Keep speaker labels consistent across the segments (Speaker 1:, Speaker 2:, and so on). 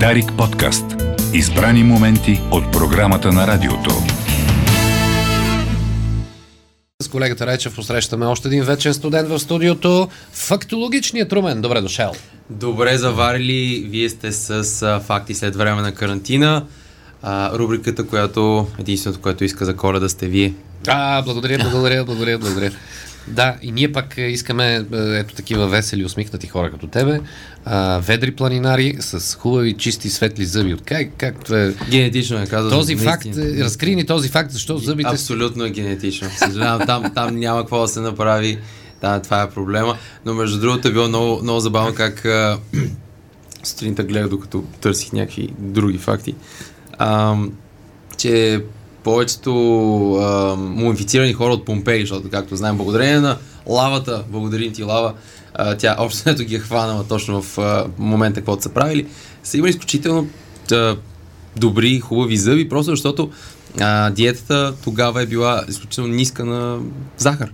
Speaker 1: Дарик подкаст. Избрани моменти от програмата на радиото.
Speaker 2: С колегата Райчев посрещаме още един вечен студент в студиото. Фактологичният Румен. Добре дошъл.
Speaker 3: Добре заварили, вие сте с а, факти след време на карантина. А, рубриката, която единственото, което иска за коледа сте вие.
Speaker 2: А, благодаря, благодаря, благодаря, благодаря. Да, и ние пак е, искаме е, ето такива весели, усмихнати хора като тебе, а, ведри планинари с хубави, чисти, светли зъби. От Как, както е...
Speaker 3: Генетично е казал.
Speaker 2: Този факт, е, разкри ни този факт, защо зъбите...
Speaker 3: Абсолютно е генетично. Съжалявам, там, там няма какво да се направи. Да, това е проблема. Но между другото е било много, много забавно как а, сутринта гледах, докато търсих някакви други факти, а, че повечето а, мумифицирани хора от Помпей, защото както знаем, благодарение на лавата, благодарим ти лава, а, тя общо взето ги е хванала точно в а, момента, каквото са правили, са имали изключително а, добри, хубави зъби, просто защото а, диетата тогава е била изключително ниска на захар.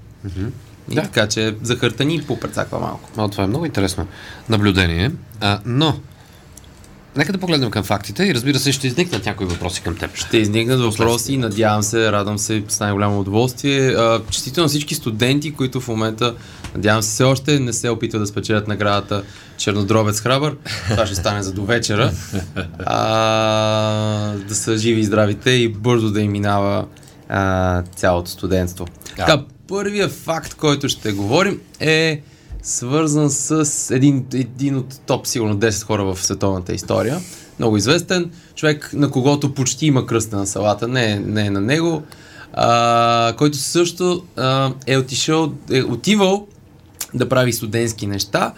Speaker 3: И
Speaker 2: Да.
Speaker 3: така че захарта ни попрецаква малко.
Speaker 2: О, това е много интересно наблюдение. А, но, нека да погледнем към фактите и разбира се, ще изникнат някои въпроси към теб.
Speaker 3: Ще изникнат въпроси, надявам се, радвам се с най-голямо удоволствие. А, Честито на всички студенти, които в момента, надявам се, все още не се опитват да спечелят наградата Чернодробец Храбър. Това ще стане за довечера. А, да са живи и здравите и бързо да им минава а, цялото студентство.
Speaker 2: Да.
Speaker 3: Така, първия факт, който ще говорим е свързан с един, един от топ, сигурно 10 хора в световната история. Много известен. Човек, на когото почти има кръста на салата, не, е- не е на него. А, който също а, е, отишъл, е отивал да прави студентски неща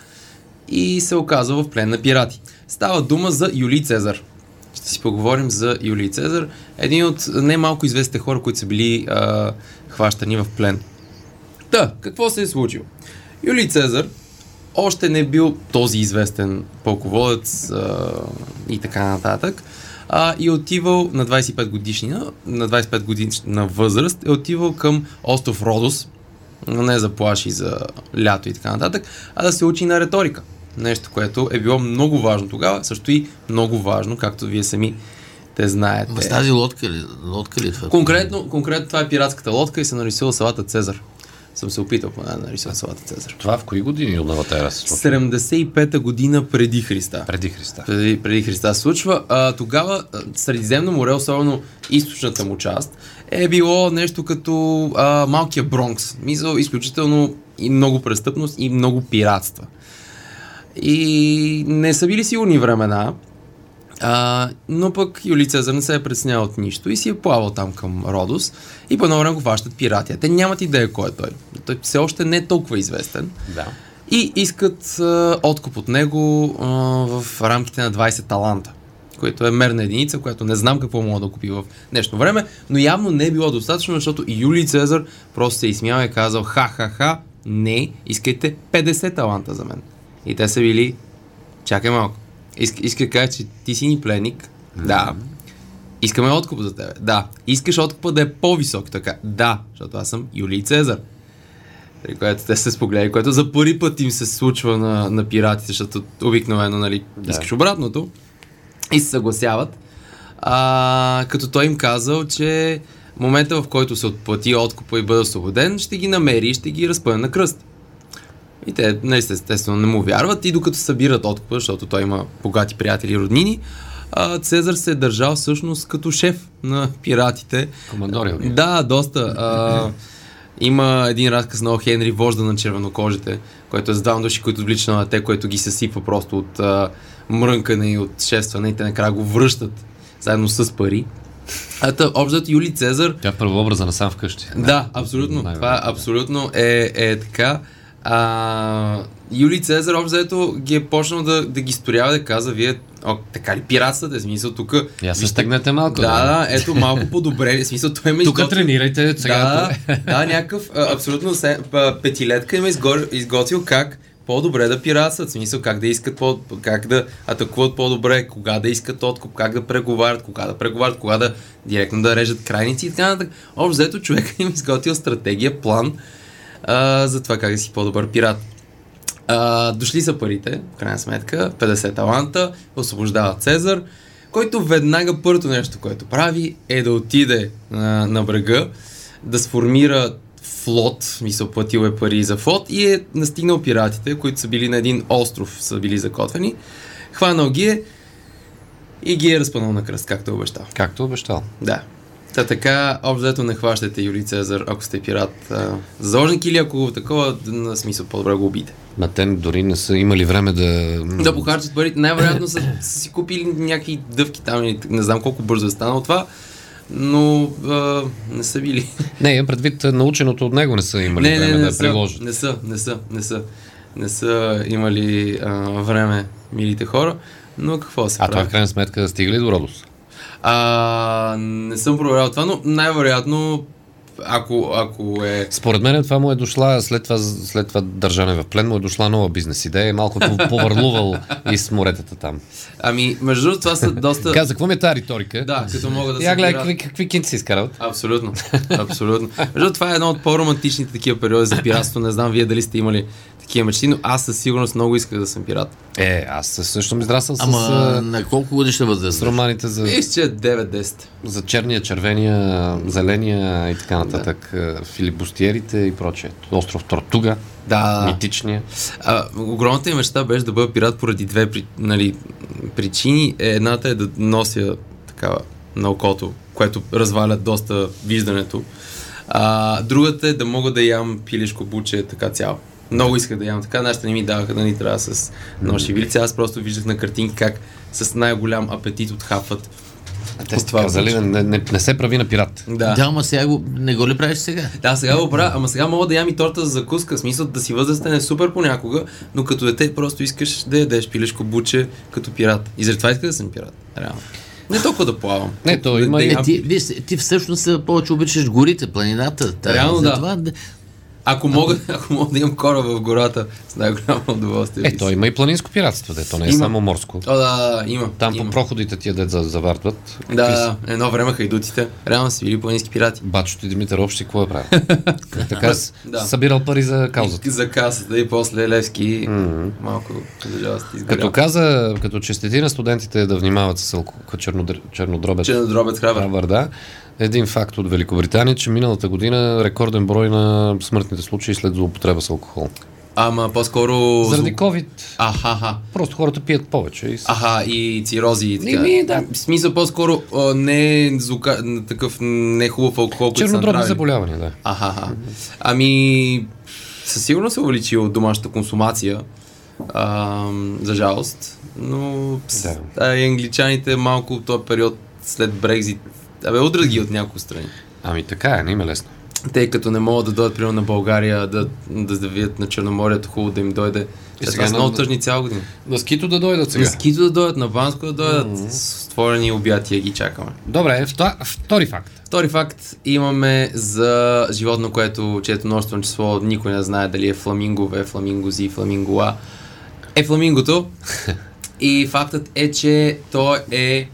Speaker 3: и се оказва в плен на пирати. Става дума за Юлий Цезар. Ще си поговорим за Юлий Цезар, един от най-малко известните хора, които са били а, хващани в плен. Та, какво се е случило? Юлий Цезар още не е бил този известен полководец а, и така нататък. А, и е отивал на 25 годишнина, на 25 годишна възраст, е отивал към остров Родос, но не за плаши, за лято и така нататък, а да се учи на риторика. Нещо, което е било много важно тогава, също и много важно, както вие сами те знаете.
Speaker 4: Ма с тази лодка ли, лодка ли е това?
Speaker 3: Конкретно, конкретно това е пиратската лодка и се нарисува салата Цезар. Съм се опитал поне да нарисувам салата Цезар.
Speaker 2: Това в кои години от новата ера се случва?
Speaker 3: 75-та година преди Христа.
Speaker 2: Преди Христа.
Speaker 3: Преди, преди Христа се случва. А, тогава а, Средиземно море, особено източната му част, е било нещо като а, малкия Бронкс. Мисъл, изключително и много престъпност и много пиратства. И не са били сигурни времена, а, но пък Юлий Цезар не се е преснял от нищо и си е плавал там към Родос и по едно време го хващат пиратия. Те нямат идея кой е той. Той все още не е толкова известен.
Speaker 2: Да.
Speaker 3: И искат а, откуп от него а, в рамките на 20 таланта, което е мерна единица, която не знам какво мога да купи в днешно време, но явно не е било достатъчно, защото и Юлий Цезар просто се е изсмял и е казал ха-ха-ха, не, искайте 50 таланта за мен. И те са били, чакай малко, Иск, иска да кажа, че ти си ни пленник, да, Искаме откуп за тебе. Да. Искаш откупа да е по-висок така. Да, защото аз съм Юлий Цезар. При Нали, което те се спогледали, което за първи път им се случва на, на пиратите, защото обикновено, нали, да. искаш обратното. И се съгласяват. А, като той им казал, че момента в който се отплати откупа и бъде освободен, ще ги намери и ще ги разпъне на кръст. И те, нали, естествено, не му вярват и докато събират откупа, защото той има богати приятели и роднини, а, Цезар се е държал всъщност като шеф на пиратите.
Speaker 2: Командор е бил.
Speaker 3: Да, доста. А, има един разказ на О. Хенри, вожда на червенокожите, който е с двама души, които влича на те, което ги съсипва просто от а, мрънкане и от шестване и те накрая го връщат заедно с пари. А тъ, общото Юли Цезар
Speaker 2: Тя е първообраза на сам вкъщи.
Speaker 3: да, абсолютно.
Speaker 2: Най-вероятно,
Speaker 3: Това
Speaker 2: да.
Speaker 3: абсолютно е, е така. А, Юлий Цезар, общо взето, ги е почнал да, да ги сторява, да каза, вие, о, така ли пиратствате, смисъл, тук...
Speaker 2: Я се стегнете малко.
Speaker 3: Да, да, ето малко по-добре, смисъл, той е ме
Speaker 2: Тук
Speaker 3: изготвил-
Speaker 2: тренирайте сега. е.
Speaker 3: да, да, някакъв а, абсолютно се, а, петилетка им е изго- изготвил как по-добре да пиратстват, в смисъл как да искат по, как да атакуват по-добре, кога да искат откуп, как да преговарят, кога да преговарят, кога да директно да режат крайници и така нататък. Общо взето човека им е изготвил стратегия, план а, за това как да си по-добър пират. А, дошли са парите, в крайна сметка, 50 таланта, освобождават Цезар, който веднага първото нещо, което прави, е да отиде а, на брега, да сформира флот, мисъл, платил е пари за флот и е настигнал пиратите, които са били на един остров, са били закотвени, хванал ги е и ги е разпънал на кръст, както е обещал.
Speaker 2: Както обещал.
Speaker 3: Да. Та така, общо взето не хващате Юлий Цезар, ако сте пират а, заложник или ако го такова, на смисъл, по-добре го убийте.
Speaker 2: Ма те дори не са имали време да...
Speaker 3: Да похарчат парите, най-вероятно са, са си купили някакви дъвки там, или не знам колко бързо е станало това, но а, не са били.
Speaker 2: Не, имам предвид а, наученото от него не са имали
Speaker 3: не,
Speaker 2: време
Speaker 3: не, не,
Speaker 2: да я
Speaker 3: са,
Speaker 2: приложат.
Speaker 3: не са, не са, не са. Не са имали а, време милите хора, но какво се
Speaker 2: А това е
Speaker 3: прави?
Speaker 2: в крайна сметка стига ли до Родос?
Speaker 3: А, не съм проверял това, но най-вероятно, ако, ако е...
Speaker 2: Според мен това му е дошла, след това, след това държане в плен, му е дошла нова бизнес идея и малко е повърлувал и с моретата там.
Speaker 3: Ами, между другото, това са доста...
Speaker 2: Каза, какво ми е тази риторика?
Speaker 3: Да, като мога да
Speaker 2: Я
Speaker 3: се
Speaker 2: гледай
Speaker 3: пират.
Speaker 2: какви, какви кинти си изкарат.
Speaker 3: Абсолютно, абсолютно. Между другото, това е едно от по-романтичните такива периоди за пиратство. Не знам вие дали сте имали такива мечти, но аз със сигурност много исках да съм пират.
Speaker 2: Е, аз също ми здрасъл
Speaker 4: Ама
Speaker 2: с, а,
Speaker 4: на колко годишна
Speaker 2: с
Speaker 4: възраст?
Speaker 2: романите за,
Speaker 3: Мисля, че е 9-10.
Speaker 2: за черния, червения, зеления и така нататък. а, Филибустиерите и прочее. Остров Тортуга,
Speaker 3: Да.
Speaker 2: митичния.
Speaker 3: А, огромната ми мечта беше да бъда пират поради две при, нали, причини. Е, Едната е да нося такава на окото, което разваля доста виждането. А, другата е да мога да ям пилешко буче така цяло. Много исках да ям така, нашите не ми даваха да ни трябва с ноши вилица. Аз просто виждах на картинки как с най-голям апетит отхапват.
Speaker 2: А те
Speaker 3: от
Speaker 2: са това казали, не, не, не, се прави на пират.
Speaker 3: Да.
Speaker 4: Да, ама сега го, не го ли правиш сега?
Speaker 3: Да, сега го правя, ама сега мога да ям и торта за закуска. В Смисъл да си възрастен е супер понякога, но като дете просто искаш да ядеш пилешко буче като пират. И заради това исках да съм пират. Реално. Не толкова да плавам.
Speaker 2: Не, то
Speaker 3: Да-
Speaker 2: има
Speaker 3: да
Speaker 2: и-
Speaker 4: Е,
Speaker 3: ям-
Speaker 4: ти, виж, ти всъщност повече обичаш горите, планината. Та,
Speaker 3: Реално да.
Speaker 4: затова да.
Speaker 3: Ако мога, ако мога да имам кора в гората, с най-голямо удоволствие.
Speaker 2: Е, то има и планинско пиратство, дето не е
Speaker 3: Има.
Speaker 2: само морско.
Speaker 3: О, да, има.
Speaker 2: Там
Speaker 3: има.
Speaker 2: по проходите тия дет завардват.
Speaker 3: Да, едно време хайдутите. Реално са били планински пирати.
Speaker 2: Бачото и Димитър Общи, какво е правил? Как така с-
Speaker 3: Да.
Speaker 2: събирал пари за каузата.
Speaker 3: И За касата и после Левски малко държава се изгоря.
Speaker 2: Като каза, като честити на студентите да внимават с алко- чернодр- чернодробец
Speaker 3: че на дробец храбър.
Speaker 2: хабър, да. Един факт от Великобритания, че миналата година рекорден брой на смъртните случаи след злоупотреба с алкохол.
Speaker 3: Ама по-скоро...
Speaker 2: Заради COVID
Speaker 3: Аха,
Speaker 2: просто хората пият повече и са...
Speaker 3: Аха, и цирози и така.
Speaker 2: Ми, да.
Speaker 3: В смисъл по-скоро а, не е зука, н- такъв не хубав алкохол, който са
Speaker 2: чернодробни
Speaker 3: направили.
Speaker 2: заболявания, да.
Speaker 3: Аха, аха. Ами, със сигурност се е увеличила домашната консумация, а, за жалост, но пс, а, и англичаните малко в този период след Брекзит, абе, удрят ги от няколко страни.
Speaker 2: Ами така е, не им е лесно.
Speaker 3: Те като не могат да дойдат примерно на България, да, да, да видят на Черноморието, хубаво да им дойде.
Speaker 2: И сега
Speaker 3: Е, сега са
Speaker 2: на-
Speaker 3: много тъжни цяла година.
Speaker 2: На скито да дойдат сега.
Speaker 3: На скито да дойдат, на Банско да дойдат, с отворени обятия ги чакаме.
Speaker 2: Добре, втора- втори факт.
Speaker 3: Втори факт имаме за животно, което чието множествено число никой не знае дали е фламингове, фламингози, фламингола. Е фламингото. И фактът е, че то е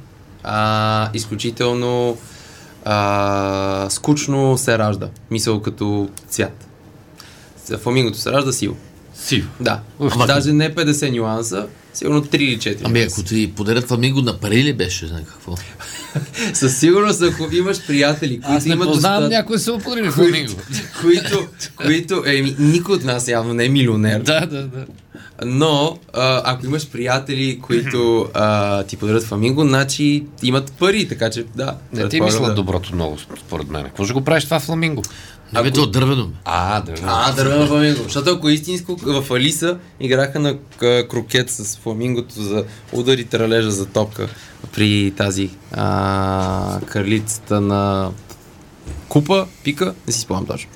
Speaker 3: а, изключително а, скучно се ражда. Мисъл като цвят. Фламингото се ражда сиво.
Speaker 4: Сиво.
Speaker 3: Да.
Speaker 4: Уф.
Speaker 3: Даже не 50 нюанса, сигурно 3 или 4.
Speaker 4: Ами ако ти подарят фламинго на пари ли беше на какво?
Speaker 3: Със сигурност, ако имаш приятели, които
Speaker 2: Аз не
Speaker 3: имат
Speaker 2: познавам
Speaker 3: доста-
Speaker 2: някой се оподрили фламинго.
Speaker 3: които, които еми, никой от нас явно не е милионер,
Speaker 2: Да, да, да.
Speaker 3: но а, ако имаш приятели, които а, ти подарят фламинго, значи имат пари, така че да.
Speaker 2: Не ти е
Speaker 3: предполагам
Speaker 2: мисля
Speaker 3: да.
Speaker 2: доброто много, според мен. Какво ще го правиш това фламинго?
Speaker 4: Не бе, то от дървено. бе.
Speaker 2: А, Нали? да.
Speaker 3: А, дървено фламинго. Защото ако е истинско, в Алиса играха на к- крокет с фламингото за удари тралежа за топка при тази а, карлицата на купа, пика, не си спомням точно.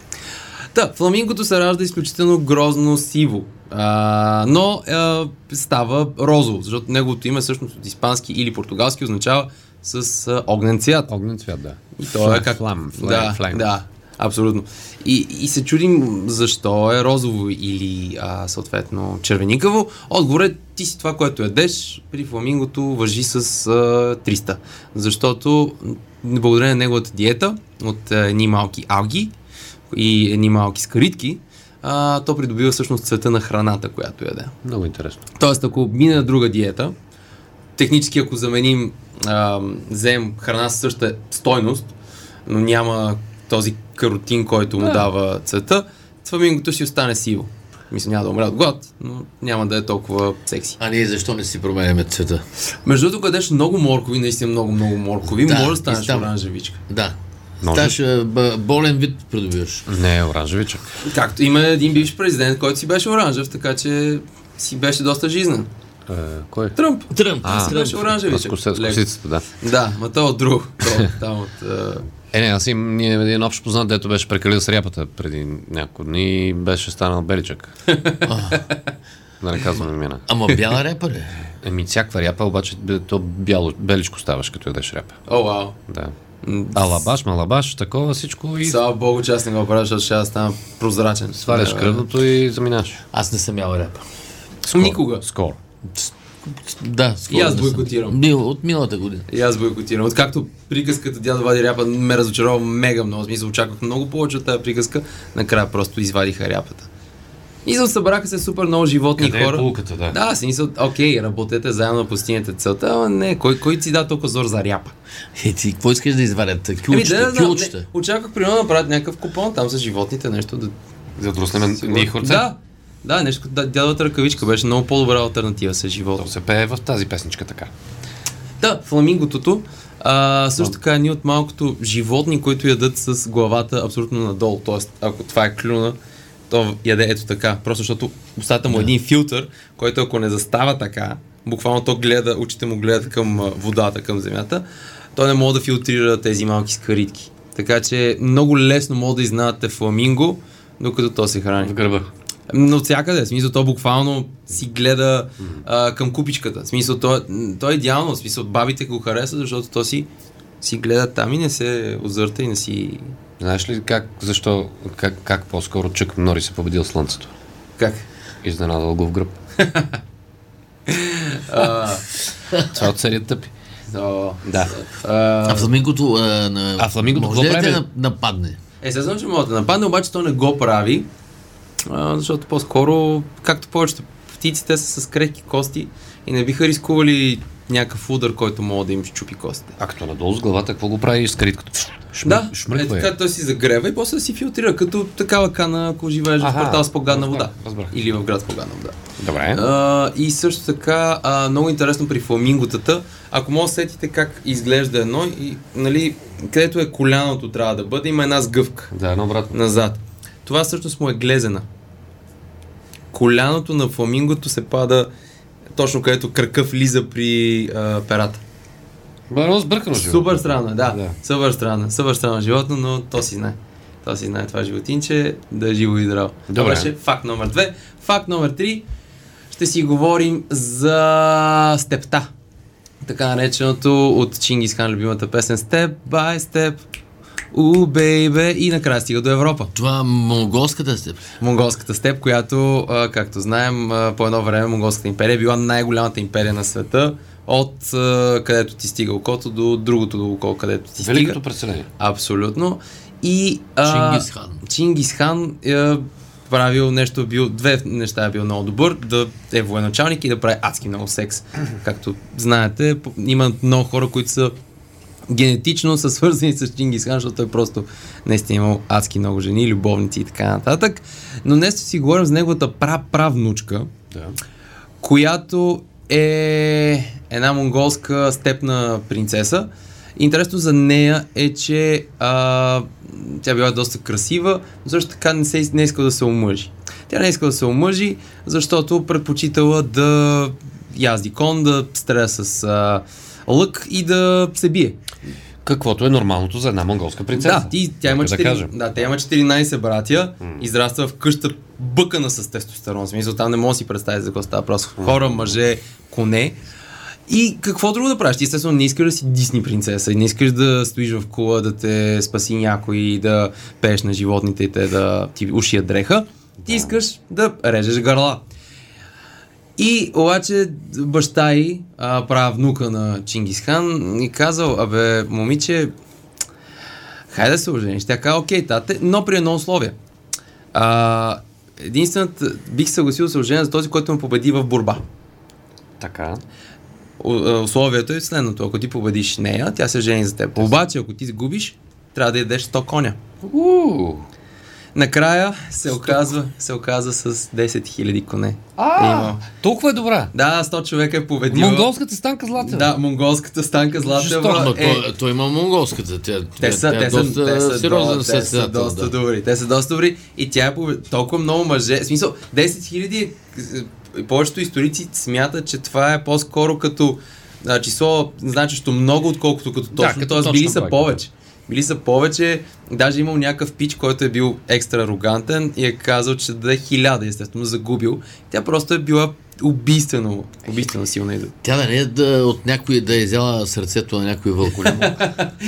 Speaker 3: Та, фламингото се ражда изключително грозно сиво, а, но а, става розово, защото неговото име всъщност от испански или португалски означава с а, огнен цвят.
Speaker 2: Огнен цвят, да.
Speaker 3: И то е как...
Speaker 2: Флам, флам,
Speaker 3: да,
Speaker 2: флам.
Speaker 3: да, абсолютно. И, и се чудим защо е розово или а, съответно червеникаво. Отговорът е ти си това, което ядеш. При фламингото въжи с а, 300. Защото м, благодарение на неговата диета от а, едни малки алги и едни малки скаритки, а, то придобива всъщност цвета на храната, която яде.
Speaker 2: Много интересно.
Speaker 3: Тоест, ако мине на друга диета, технически ако заменим, а, вземем храна със същата стойност, но няма този каротин, който му дава цвета, фламингото ще остане сиво. Мисля, няма да умре от глад, но няма да е толкова секси.
Speaker 4: А ние защо не си променяме цвета?
Speaker 3: Между другото, къдеш много моркови, наистина много, много моркови,
Speaker 4: Да,
Speaker 3: може да
Speaker 4: и
Speaker 3: станеш
Speaker 4: става.
Speaker 3: оранжевичка.
Speaker 4: Да.
Speaker 2: Може.
Speaker 4: Ставаш а, б- болен вид придобиваш.
Speaker 2: Не е оранжевичък.
Speaker 3: Както има един бивш президент, който си беше оранжев, така че си беше доста жизнен.
Speaker 2: Е, кой?
Speaker 3: Тръмп.
Speaker 4: Тръмп.
Speaker 2: А,
Speaker 3: Си беше
Speaker 2: С,
Speaker 3: оранжевичък.
Speaker 2: коса, с
Speaker 3: Леко.
Speaker 2: косицата, да.
Speaker 3: Да, ма то е от друго. То, там от... а,
Speaker 2: Е, не, аз имам ние един общ познат, дето беше прекалил с ряпата преди няколко дни и беше станал беличък. да не казвам имена.
Speaker 4: Ама бяла репа ли?
Speaker 2: Еми, всякаква ряпа, обаче бе, то бяло, беличко ставаш, като ядеш ряпа.
Speaker 3: О, вау.
Speaker 2: Да.
Speaker 3: М,
Speaker 2: Алабаш, малабаш, такова всичко и
Speaker 3: Слава богу, че аз не го правя, защото ще аз стана прозрачен.
Speaker 2: сваляш
Speaker 3: Да,
Speaker 2: кръвното и заминаш.
Speaker 4: Аз не съм ял репа.
Speaker 3: бе. Никога.
Speaker 2: Скоро.
Speaker 4: Да, скоро
Speaker 3: И аз
Speaker 4: не съм.
Speaker 3: бойкотирам.
Speaker 4: Бил, от миналата година.
Speaker 3: И аз бойкотирам. Откакто приказката дядо Вади ряпа ме разочарова мега много. В Смисъл, очаквах много повече от тази приказка. Накрая просто извадиха ряпата. И за събраха се супер много животни и
Speaker 2: е
Speaker 3: хора.
Speaker 2: полуката, да?
Speaker 3: Да, си мисля, окей, работете заедно, постигнете целта, ама не, кой, кой ти да толкова зор за ряпа?
Speaker 4: Е, ти, какво искаш да извадят?
Speaker 3: Еми, да,
Speaker 4: Кюлчета,
Speaker 3: да, да,
Speaker 4: кюлчета.
Speaker 3: не, очаквах примерно да направят някакъв купон там с животните, нещо да...
Speaker 2: Задруснем ние хорца.
Speaker 3: Да, да, нещо, като да, дядовата ръкавичка беше много по-добра альтернатива с живота.
Speaker 2: То се пее в тази песничка така.
Speaker 3: Да, фламинготото. А, също така е едни от малкото животни, които ядат с главата абсолютно надолу. Тоест, ако това е клюна, то яде ето така. Просто защото устата му е един филтър, който ако не застава така, буквално то гледа, очите му гледат към а, водата, към земята, той не може да филтрира тези малки скаритки. Така че много лесно може да изнаете фламинго, докато то се храни.
Speaker 2: В гърба.
Speaker 3: Но от всякъде, в смисъл, то буквално си гледа а, към купичката. В смисъл, то, е- м, то е идеално. В смисъл, бабите го харесват, защото то си, си гледа там и не се озърта и не си...
Speaker 2: Знаеш ли как, защо, как, как по-скоро Чък Нори се победил слънцето?
Speaker 3: Как?
Speaker 2: Изненадал го в гръб. Цял целият е тъпи.
Speaker 3: О,
Speaker 2: Да.
Speaker 4: А фламингото а, на...
Speaker 2: А фламингото
Speaker 4: Може
Speaker 2: какво
Speaker 4: ли да те
Speaker 2: прави?
Speaker 4: на- нападне?
Speaker 3: Е, естествено, че мога да нападне, обаче то не го прави, а, защото по-скоро, както повечето птици, те са с крехки кости и не биха рискували някакъв удар, който мога да им щупи костите.
Speaker 2: А като надолу с главата, какво го прави с каритката? Шм...
Speaker 3: Да, е
Speaker 2: шмръква
Speaker 3: така той си загрева и после си филтрира, като такава кана, ако живееш в
Speaker 2: Аха,
Speaker 3: квартал с по-гадна
Speaker 2: разбрах,
Speaker 3: вода.
Speaker 2: разбрах.
Speaker 3: Или в град с по-гадна вода.
Speaker 2: Добре.
Speaker 3: А, и също така, а, много интересно при фламинготата, ако може да сетите как изглежда едно и, нали, където е коляното трябва да бъде, има една сгъвка
Speaker 2: Да, едно обратно.
Speaker 3: назад. Това всъщност му е глезена. Коляното на фламингото се пада точно където кръка влиза при а, перата.
Speaker 2: Баро сбъркано живо.
Speaker 3: Супер странно, е, да.
Speaker 2: Да.
Speaker 3: да. Супер странно. Супер странно животно, но то си знае. То си знае това животинче, да е живо и здраво. Това
Speaker 2: Добре.
Speaker 3: беше факт номер две. Факт номер три. Ще си говорим за степта. Така нареченото от Чингис Хан любимата песен Step by Step. У, бейбе. И накрая стига до Европа.
Speaker 4: Това монголската степ.
Speaker 3: Е, Монголската степ, която, а, както знаем, а, по едно време Монголската империя е била най-голямата империя на света от а, където ти стига окото до другото до око, където ти стига.
Speaker 2: Великото преселение.
Speaker 3: Абсолютно. И а,
Speaker 4: Чингис хан.
Speaker 3: Чингис хан е правил нещо, бил, две неща е бил много добър, да е военачалник и да прави адски много секс. Както знаете, по- има много хора, които са генетично са свързани с Чингис хан, защото той просто наистина е имал адски много жени, любовници и така нататък. Но днес ще си говорим за неговата праправнучка,
Speaker 2: Да.
Speaker 3: която е една монголска степна принцеса. Интересно за нея е, че а, тя била доста красива, но също така не, се, из- не е искала да се омъжи. Тя не е искала да се омъжи, защото предпочитала да язди кон, да стреля с а, лък и да се бие.
Speaker 2: Каквото е нормалното за една монголска принцеса.
Speaker 3: Да, ти, тя има,
Speaker 2: Нека
Speaker 3: 4,
Speaker 2: да кажем.
Speaker 3: да, тя има 14 братя, израства в къща бъкана с тестостерон. В Смисъл, там не мога да си представи за какво става въпрос. Хора, мъже, коне. И какво друго да правиш? Ти естествено не искаш да си Дисни принцеса и не искаш да стоиш в кула, да те спаси някой и да пееш на животните и те да ти уши дреха. Ти искаш да режеш гърла. И обаче баща й, а, права внука на Чингисхан, и казал, абе, момиче, хайде да се ожениш. Тя каза, окей, тате, но при едно условие. А, единствената бих се съгласил с Евжен за този, който му победи в борба.
Speaker 2: Така.
Speaker 3: О- а, Условието е следното. Ако ти победиш нея, тя се жени за теб. Обаче, ако ти губиш, трябва да ядеш 100 коня.
Speaker 2: Уу.
Speaker 3: Накрая се оказва, се оказва с 10 000 коне.
Speaker 2: А,
Speaker 3: Има.
Speaker 2: толкова е добра.
Speaker 3: Да, 100 човека е победила.
Speaker 2: Монголската станка златева.
Speaker 3: Да, монголската станка
Speaker 4: Жестоко,
Speaker 3: Златева
Speaker 4: е...
Speaker 3: е...
Speaker 4: той, той има монголската. Тя,
Speaker 3: Те са,
Speaker 4: тя
Speaker 3: те
Speaker 4: е
Speaker 3: са,
Speaker 4: доста
Speaker 3: те са, до-
Speaker 4: сериозен
Speaker 3: те са
Speaker 4: състезател.
Speaker 3: доста
Speaker 4: да.
Speaker 3: добри. Те са доста добри и тя е пове- толкова много мъже. В смисъл, 10 хиляди, е, повечето историци смятат, че това е по-скоро като а, число, значещо много, отколкото като
Speaker 2: Да,
Speaker 3: точно.
Speaker 2: като
Speaker 3: Тоест,
Speaker 2: точно
Speaker 3: били са
Speaker 2: брой.
Speaker 3: повече. Били са повече, даже имал някакъв пич, който е бил екстра арогантен и е казал, че ще даде хиляда, естествено, загубил. Тя просто е била убийствено, убийствено силна. и-
Speaker 4: Тя да не е да, от някой да е изяла сърцето на някой вълколем.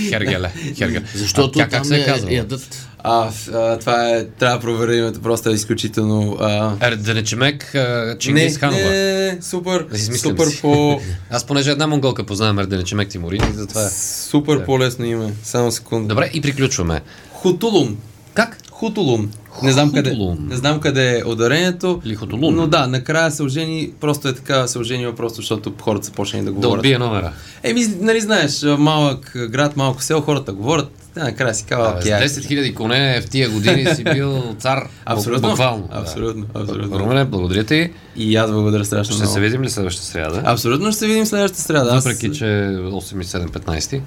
Speaker 2: Хергеле. Хергеле.
Speaker 4: Защото
Speaker 2: а тя как
Speaker 4: там
Speaker 2: се е
Speaker 4: е,
Speaker 2: казва?
Speaker 4: ядат.
Speaker 3: А, в- а, това е, трябва да проверя името, просто е изключително а,
Speaker 2: Да не чемек Чингис Ханова.
Speaker 3: Не, не, супер,
Speaker 2: Да си измислям
Speaker 3: супер
Speaker 2: си.
Speaker 3: по...
Speaker 2: Аз понеже една монголка познавам Ерденечемек Тимурин и затова е.
Speaker 3: Супер по-лесно име. Само секунда.
Speaker 2: Добре, и приключваме.
Speaker 3: Хутулум.
Speaker 2: Как?
Speaker 3: Хутулум. Не знам, къде,
Speaker 2: Хутулум.
Speaker 3: не знам къде е ударението.
Speaker 2: Или Хутулум.
Speaker 3: Но да, накрая се ожени, просто е така се оженила, просто защото хората са почнали да
Speaker 2: Да
Speaker 3: говорят.
Speaker 2: отбие номера.
Speaker 3: Еми, нали знаеш, малък град, малко село, хората говорят, те накрая си казва,
Speaker 2: Абе, С 10 000 коне в тия години си бил цар.
Speaker 3: Абсолютно.
Speaker 2: Буквално. да.
Speaker 3: Абсолютно, абсолютно.
Speaker 2: Румене, благодаря ти.
Speaker 3: И аз благодаря страшно
Speaker 2: Ще
Speaker 3: много.
Speaker 2: се видим ли следващата сряда?
Speaker 3: Абсолютно ще се видим следващата сряда. Аз-
Speaker 2: Въпреки, че 8 и 7, 15.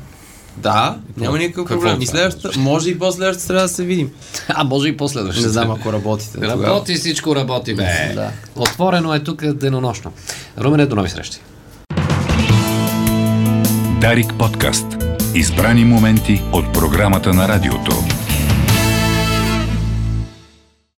Speaker 3: Да, няма никакъв
Speaker 2: Какво
Speaker 3: проблем.
Speaker 2: е
Speaker 3: И
Speaker 2: това?
Speaker 3: следващата, може и по-следващата трябва да се видим.
Speaker 2: А, може и последващата.
Speaker 3: Не
Speaker 4: Е,
Speaker 3: знам ако работите. тогава.
Speaker 2: Работи, всичко работи, бе.
Speaker 3: Да.
Speaker 2: Отворено е тук денонощно. Румене, до нови срещи.
Speaker 1: Дарик подкаст. Избрани моменти от програмата на радиото.